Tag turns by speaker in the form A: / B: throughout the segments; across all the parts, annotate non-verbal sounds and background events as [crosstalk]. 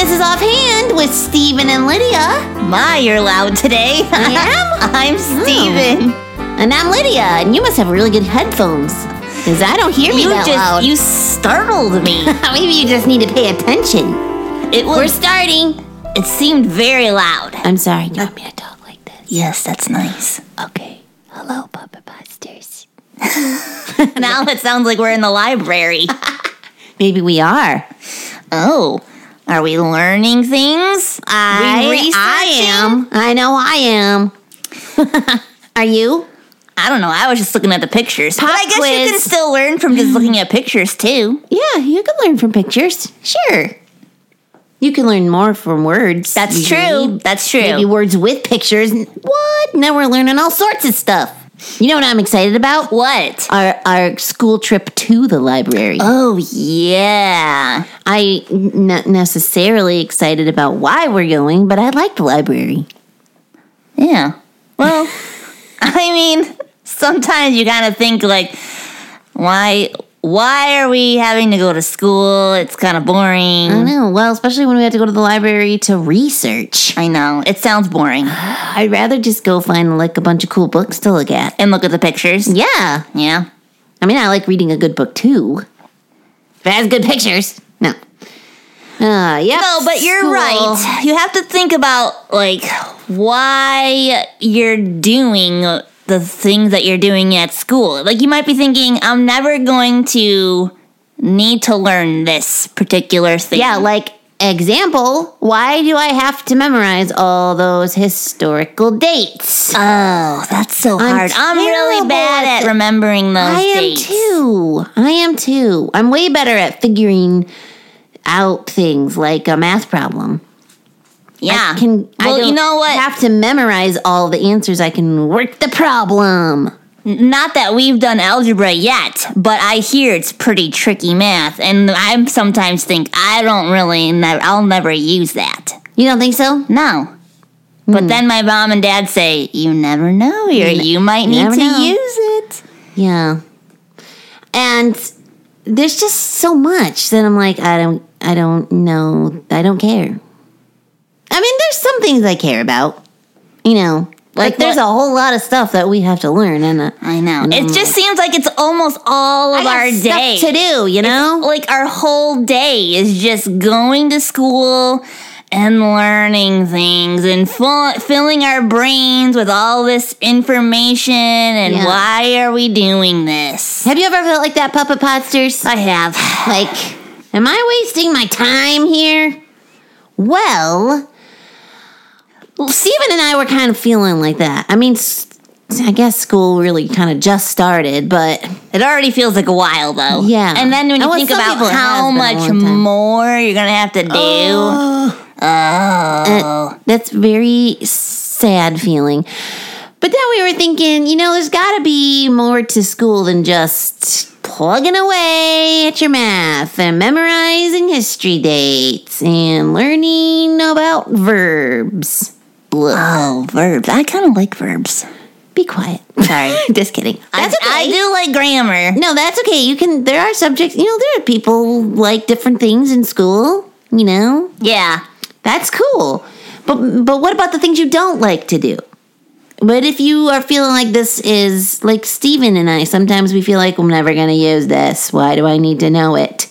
A: offhand with Steven and Lydia.
B: My, you're
A: [laughs]
B: loud today.
A: I am?
B: I'm Steven.
A: And I'm Lydia, and you must have really good headphones. Because I don't hear me
B: You
A: that
B: just
A: loud.
B: you startled [laughs] me.
A: [laughs] Maybe you just need to pay attention.
B: It
A: We're
B: was
A: starting.
B: it seemed very loud.
A: I'm sorry, you want me to talk like this?
B: Yes, that's nice.
A: Okay. Hello, Puppet Busters.
B: now it sounds like we're in the library.
A: Maybe we are.
B: [laughs] Oh, are we learning things?
A: I, I am. Um, I know I am. [laughs] are you?
B: I don't know. I was just looking at the pictures. but
A: Pop
B: I guess you
A: quiz.
B: can still learn from just looking at pictures too.
A: Yeah, you can learn from pictures.
B: Sure,
A: You can learn more from words.
B: that's
A: You
B: true.
A: read
B: That's true.
A: Maybe words with pictures. What? Now we're learning all sorts of stuff. You know what I'm excited about?
B: what?
A: Our our school trip to the library.
B: Oh yeah.
A: I not necessarily excited about why we're going, but I like the library.
B: Yeah.
A: [laughs]
B: Well, I mean, sometimes you kind of think like, why? Why are we having to go to school? It's kind of boring.
A: I know. Well, especially when we have to go to the library to research.
B: I know it sounds boring.
A: I'd rather just go find like a bunch of cool books to look at.
B: And look at the pictures.
A: Yeah.
B: Yeah.
A: I mean, I like reading a good book too. If it has good pictures. No. Uh, yeah.
B: No, Oh, but you're
A: School.
B: right. You have to think about like why you're doing the things that you're doing at school. Like you might be thinking, I'm never going to need to learn this particular thing.
A: Yeah, like example, why do I have to memorize all those historical dates?
B: oh, that's so
A: I'm
B: hard. I'm really
A: terrible
B: bad
A: at
B: at,
A: the-
B: remembering those
A: I am
B: dates.
A: too. I am too. I'm way better at figuring out things like a math problem.
B: Yeah.
A: I can
B: well,
A: I don't
B: you know what?
A: Have to memorize all the answers. I can work the problem.
B: Not that we've done algebra yet, but I hear it's pretty tricky math, and I sometimes think I don't really, ne- I'll never use that.
A: You don't think so?
B: No.
A: Hmm.
B: But then my mom and dad say, "You never know. You you might need
A: never
B: to
A: know."
B: use it."
A: Yeah. And there's just so much that I'm like, I don't, I don't know, I don't care. I mean, there's some things I care about, you know. Like,
B: Like
A: there's
B: what?
A: a whole lot of stuff that we have to learn, and uh,
B: I know.
A: And
B: It
A: I'm
B: just seems like it's almost all of
A: I got
B: our
A: stuff
B: day
A: to do, you know.
B: Like our whole day is just going to school and learning things and full, filling our brains with all this information and
A: Yeah.
B: why are we doing this?
A: Have you ever felt like that, Puppet Podsters?
B: I have.
A: Like, am I wasting my time here? Well, Stephen and I were kind of feeling like that. I mean, s- I guess school really kind of just started, but
B: It already feels like a while though.
A: Yeah.
B: And then when
A: And
B: you
A: with
B: think
A: some
B: about
A: people, it
B: how
A: has been a
B: much
A: long time.
B: more you're gonna have to do. Oh.
A: Uh, that's very sad feeling. But then we were thinking, you know, there's got to be more to school than just plugging away at your math and memorizing history dates and learning about verbs.
B: oh, verbs. I kind of like verbs.
A: Be quiet. [laughs]
B: Sorry.
A: just kidding. That's
B: I, I
A: okay.
B: do like grammar.
A: no, that's okay. You can. There are subjects. You know, there are people like different things in school. You know,
B: Yeah.
A: That's cool. But but what about the things you don't like to do? But if you are feeling like this is like Steven and I, sometimes we feel like I'm never going to use this. Why do I need to know it?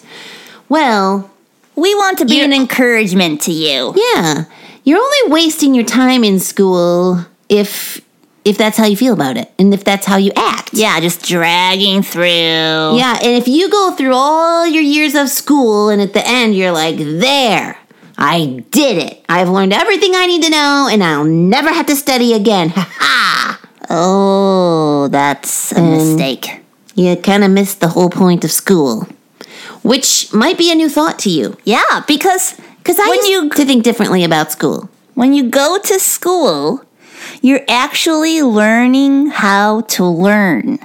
A: Well,
B: We want to be
A: You're-
B: an encouragement to you.
A: yeah. You're only wasting your time in school if if that's how you feel about it and if that's how you act.
B: Yeah, just dragging through. Yeah.
A: Yeah, and if you go through all your years of school and at the end you're like, there, I did it. I've learned everything I need to know and I'll never have to study again. [laughs] Ha ha!
B: Oh, that's a mistake.
A: You kind of missed the whole point of school, which might be a new thought to you.
B: Yeah, because
A: Because I
B: When
A: used
B: you-
A: to think differently about [laughs] school.
B: when you go to school, you're actually learning how to learn.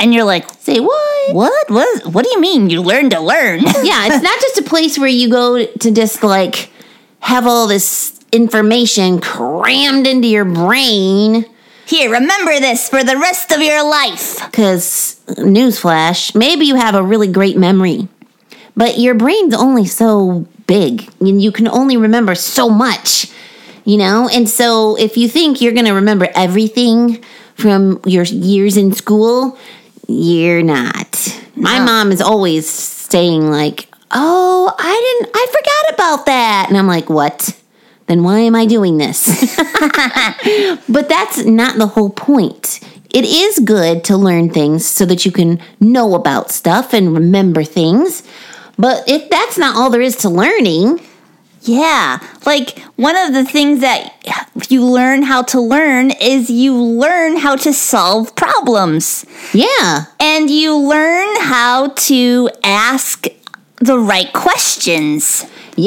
B: And you're like,
A: Say what?
B: What? What? What do you mean? You learn to [laughs] learn?
A: yeah, it's not just a place where you go to just like have all this information crammed into your brain.
B: Here, remember this for the rest of your life.
A: Because, newsflash, maybe you have a really great memory, but your brain's only so big and you can only remember so much, you know? And so if you think you're going to remember everything from your years in school, you're not. My mom is always saying, like, oh, I didn't, I forgot about that. And I'm like, what? Then why am I doing this? [laughs] But that's not the whole point. It is good to learn things so that you can know about stuff and remember things. But if that's not all there is to learning,
B: Yeah. Like one of the things that you learn how to learn is you learn how to solve problems
A: yeah,
B: and you learn how to ask the right questions.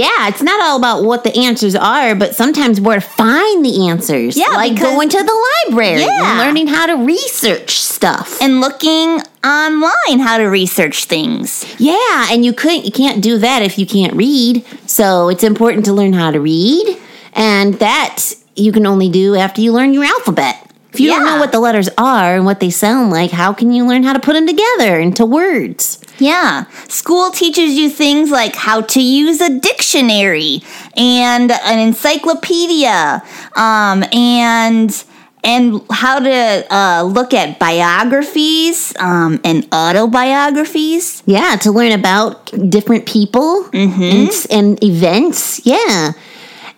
A: yeah, it's not all about what the answers are, but sometimes where to find the answers.
B: Yeah,
A: like
B: because-
A: going to the library and
B: Yeah.
A: learning how to research stuff.
B: and looking online how to research things.
A: Yeah, and you couldn't you can't do that if you can't read. So it's important to learn how to read, and that you can only do after you learn your alphabet. If you don't
B: Yeah.
A: know what the letters are and what they sound like, how can you learn how to put them together into words?
B: Yeah. School teaches you things like how to use a dictionary and an encyclopedia um, and and how to uh, look at biographies um, and autobiographies.
A: Yeah, to learn about different people and, and events. Yeah.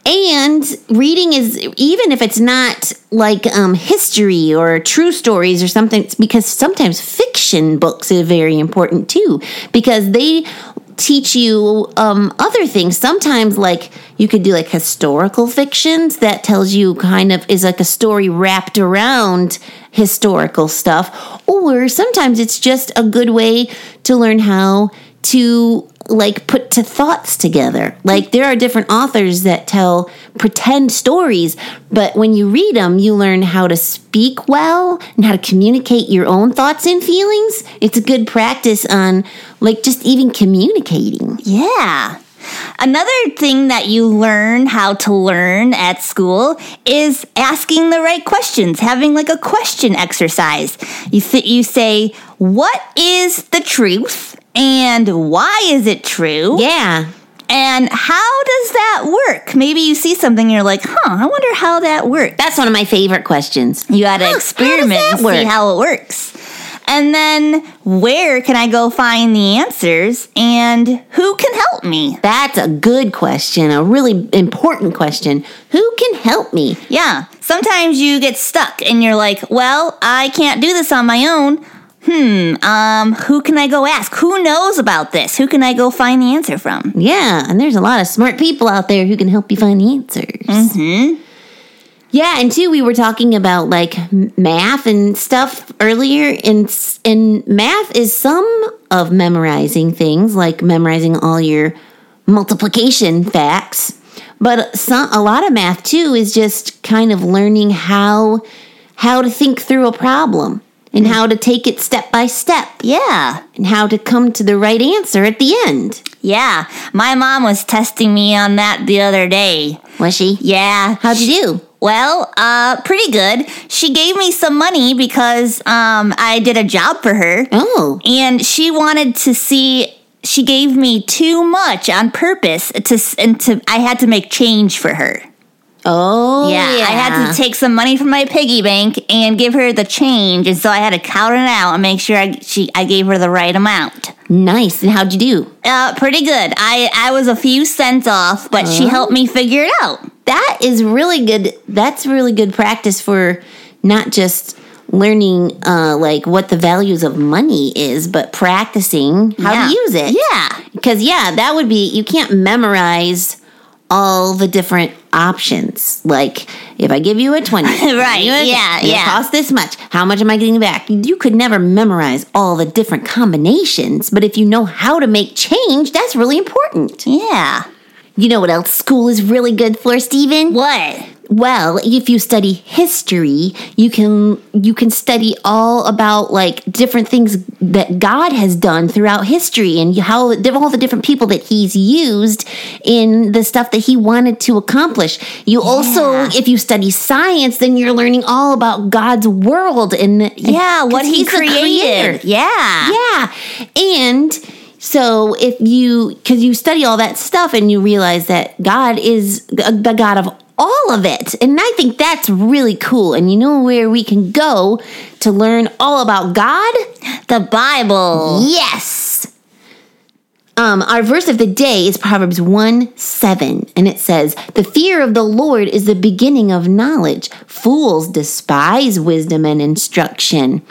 A: And reading is, even if it's not like um, history or true stories or something, it's because sometimes fiction books are very important too, because they teach you um, other things. Sometimes, like, you could do like historical fictions that tells you kind of is like a story wrapped around historical stuff. Or sometimes it's just a good way to learn how to like put to thoughts together. Like there are different authors that tell pretend stories, but when you read them, you learn how to speak well and how to communicate your own thoughts and feelings. It's a good practice on like just even communicating.
B: Yeah. Another thing that you learn how to learn at school is asking the right questions, having like a question exercise. You th- you say, "What is the truth?" and "Why is it true?"
A: Yeah.
B: And how does that work? Maybe you see something and you're like, "Huh, I wonder how that works."
A: That's one of my favorite questions.
B: You got
A: Huh, how
B: to
A: does
B: experiment and
A: that
B: see
A: work?
B: how it works. And then, where can I go find the answers and who can help me?
A: That's a good question, a really important question. Who can help me?
B: Yeah. Sometimes you get stuck and you're like, well, I can't do this on my own. Hmm, um, who can I go ask? Who knows about this? Who can I go find the answer from?
A: Yeah, and there's a lot of smart people out there who can help you find the answers. Mm-hmm. Yeah, and too, we were talking about like m- math and stuff earlier, and s- and math is some of memorizing things, like memorizing all your multiplication facts. But some, a lot of math too is just kind of learning how how to think through a problem and how to take it step by step
B: Yeah.
A: and how to come to the right answer at the end.
B: Yeah. My mom was testing me on that the other day.
A: Was she?
B: Yeah.
A: How'd you do?
B: Well, uh, pretty good. She gave me some money because um, I did a job for her.
A: Oh,
B: and she wanted to see she gave me too much on purpose to and to I had to make change for her.
A: oh, yeah.
B: I had to take some money from my piggy bank and give her the change, and so I had to count it out and make sure I she I gave her the right amount.
A: nice. And how'd you do?
B: Uh, pretty good. I I was a few cents off, but she helped me figure it out.
A: That is really good. That's really good practice for not just learning uh, like what the values of money is, but practicing how
B: Yeah.
A: to use it.
B: Yeah,
A: Because yeah, that would be you can't memorize all the different options. Like if I give you a twenty,
B: [laughs] Right,
A: you a-
B: yeah,
A: it'll
B: yeah.
A: cost this much. How much am I getting back? You could never memorize all the different combinations, but if you know how to make change, that's really important.
B: yeah.
A: You know what else school is really good for, Steven?
B: What?
A: Well, if you study history, you can you can study all about like different things that God has done throughout history and how all the different people that he's used in the stuff that he wanted to accomplish. You also if you study science, then you're learning all about God's world and
B: Yeah, what
A: 'cause
B: he
A: he's the
B: created.
A: creator.
B: Yeah.
A: Yeah. And So if you, because you study all that stuff and you realize that God is the the God of all of it. And I think that's really cool. And you know where we can go to learn all about God?
B: The Bible.
A: Yes. Um, our verse of the day is Proverbs 1 7, and it says, The fear of the Lord is the beginning of knowledge. Fools despise wisdom and instruction.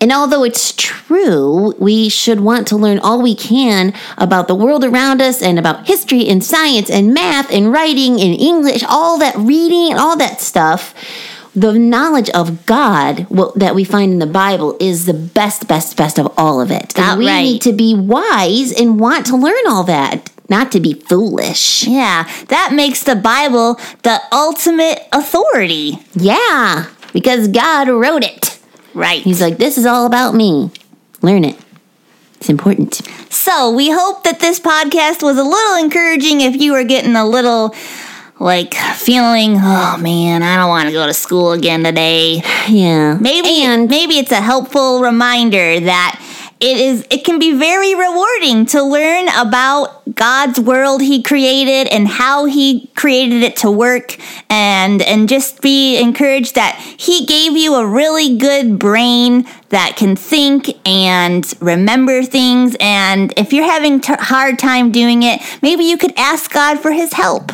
A: And although it's true, we should want to learn all we can about the world around us and about history and science and math and writing and English, all that reading and all that stuff. The knowledge of God well, that we find in the Bible is the best, best, best of all of it. And we
B: Outright.
A: need to be wise and want to learn all that, not to be foolish.
B: Yeah, that makes the Bible the ultimate authority.
A: Yeah, because God wrote it.
B: Right.
A: He's like, this is all about me. Learn it. It's important.
B: So we hope that this podcast was a little encouraging if you were getting a little like feeling, oh man, I don't want to go to school again today.
A: Yeah.
B: Maybe
A: And-
B: maybe it's a helpful reminder that it is it can be very rewarding to learn about God's world he created and how he created it to work and and just be encouraged that he gave you a really good brain that can think and remember things and if you're having t- hard time doing it maybe you could ask God for his help.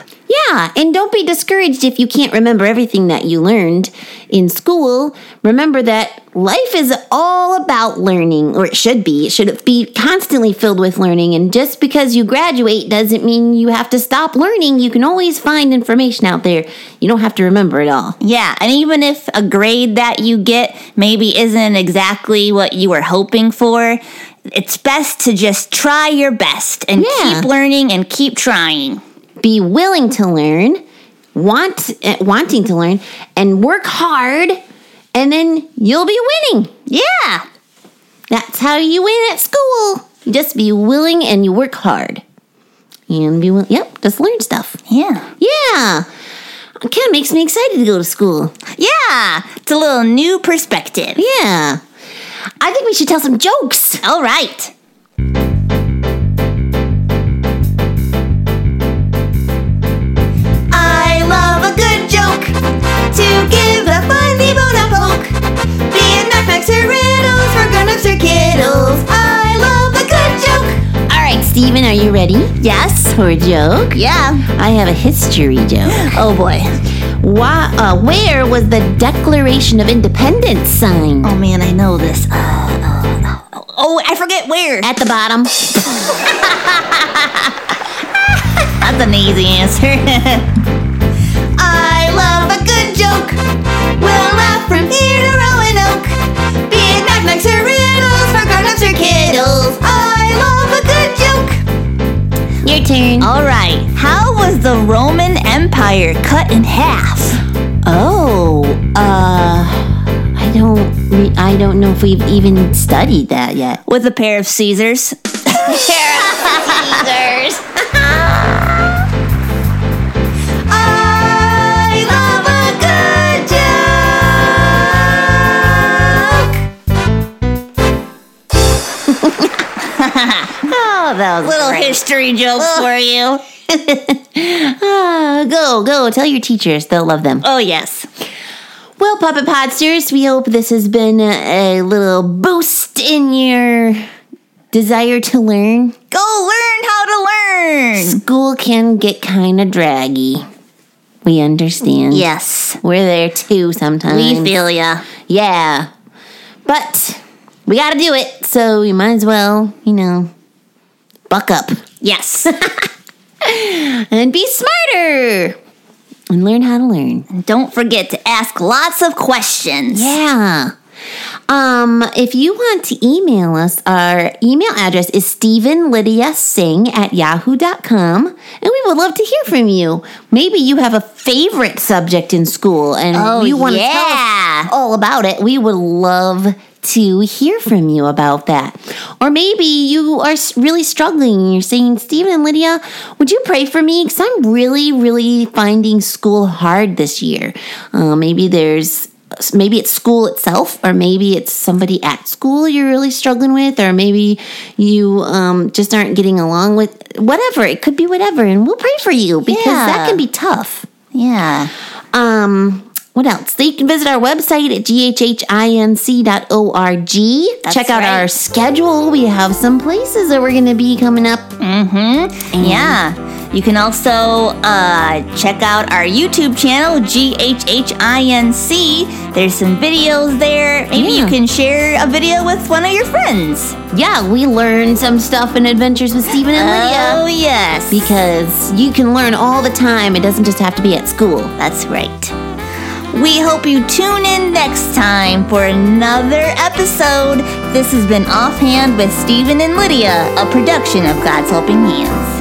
A: Yeah, and don't be discouraged if you can't remember everything that you learned in school. Remember that life is all about learning, or it should be. It should be constantly filled with learning. And just because you graduate doesn't mean you have to stop learning. You can always find information out there. You don't have to remember it all.
B: Yeah, and even if a grade that you get maybe isn't exactly what you were hoping for, it's best to just try your best and
A: Yeah.
B: keep learning and keep trying.
A: Be willing to learn, want eh, wanting to learn, and work hard, and then you'll be winning.
B: Yeah.
A: That's how you win at school. You just be willing and you work hard. And be willing. Yep, just learn stuff.
B: Yeah.
A: Yeah. It kind of makes me excited to go to school.
B: Yeah. It's a little new perspective.
A: Yeah. I think we should tell some jokes.
B: All right. I love a good joke to give a funny bone a poke. Being knockbacks or riddles for grown-ups or kiddles. I love a good joke.
A: All right, Steven, are you ready
B: Yes.
A: for a joke?
B: Yeah.
A: I have a history joke.
B: Oh boy.
A: Why, uh, where was the Declaration of Independence signed?
B: Oh man, I know this. Uh, uh, oh, oh, I forget where.
A: At the bottom.
B: That's an easy answer. [laughs] I love a good joke. We'll laugh from here to Roanoke. Be it knock-knocks or riddles, for grown-ups or kiddles. I love a good joke.
A: Your turn.
B: All right. How was the Roman Empire cut in half?
A: Oh, uh, I don't, re- I don't know if we've even studied that yet.
B: With a pair of [laughs] Caesars. I love a good joke.
A: Oh, that was
B: Little history joke for you.
A: Ah, go, go, tell your teachers. They'll love them.
B: Oh yes.
A: Well, Puppet Podsters, we hope this has been a, a little boost in your desire to learn.
B: Go learn how to learn.
A: School can get kind of draggy. We understand.
B: Yes.
A: We're there too sometimes.
B: We feel ya.
A: Yeah. But we got to do it. So you might as well, you know, buck up
B: Yes.
A: and be smarter and learn how to learn.
B: [laughs] Don't forget to ask lots of questions.
A: Yeah. Um, if you want to email us, our email address is StephenLydiaSing at yahoo.com. And we would love to hear from you. Maybe you have a favorite subject in school and
B: Oh,
A: you want to tell us
B: yeah.
A: all about it. We would love to hear from you about that. Or maybe you are s- really struggling and you're saying, Stephen and Lydia, would you pray for me? Because I'm really, really finding school hard this year. Uh, maybe there's maybe it's school itself or maybe it's somebody at school you're really struggling with or maybe you um, just aren't getting along with whatever it could be whatever and we'll pray for you because
B: Yeah.
A: that can be tough
B: Yeah.
A: um, what else? They can visit our website at ghhinc.org.
B: That's
A: Check out
B: right.
A: our schedule. We have some places that we're going to be coming up.
B: Mm-hmm.
A: Mm.
B: Yeah. You can also uh, check out our YouTube channel, GHHINC. There's some videos there. Maybe
A: Yeah.
B: you can share a video with one of your friends.
A: Yeah, we learn some stuff in Adventures with Stephen and Lydia
B: Oh, yes.
A: because you can learn all the time. It doesn't just have to be at school.
B: That's right. We hope you tune in next time for another episode. This has been Offhand with Stephen and Lydia, a production of God's Helping Hands.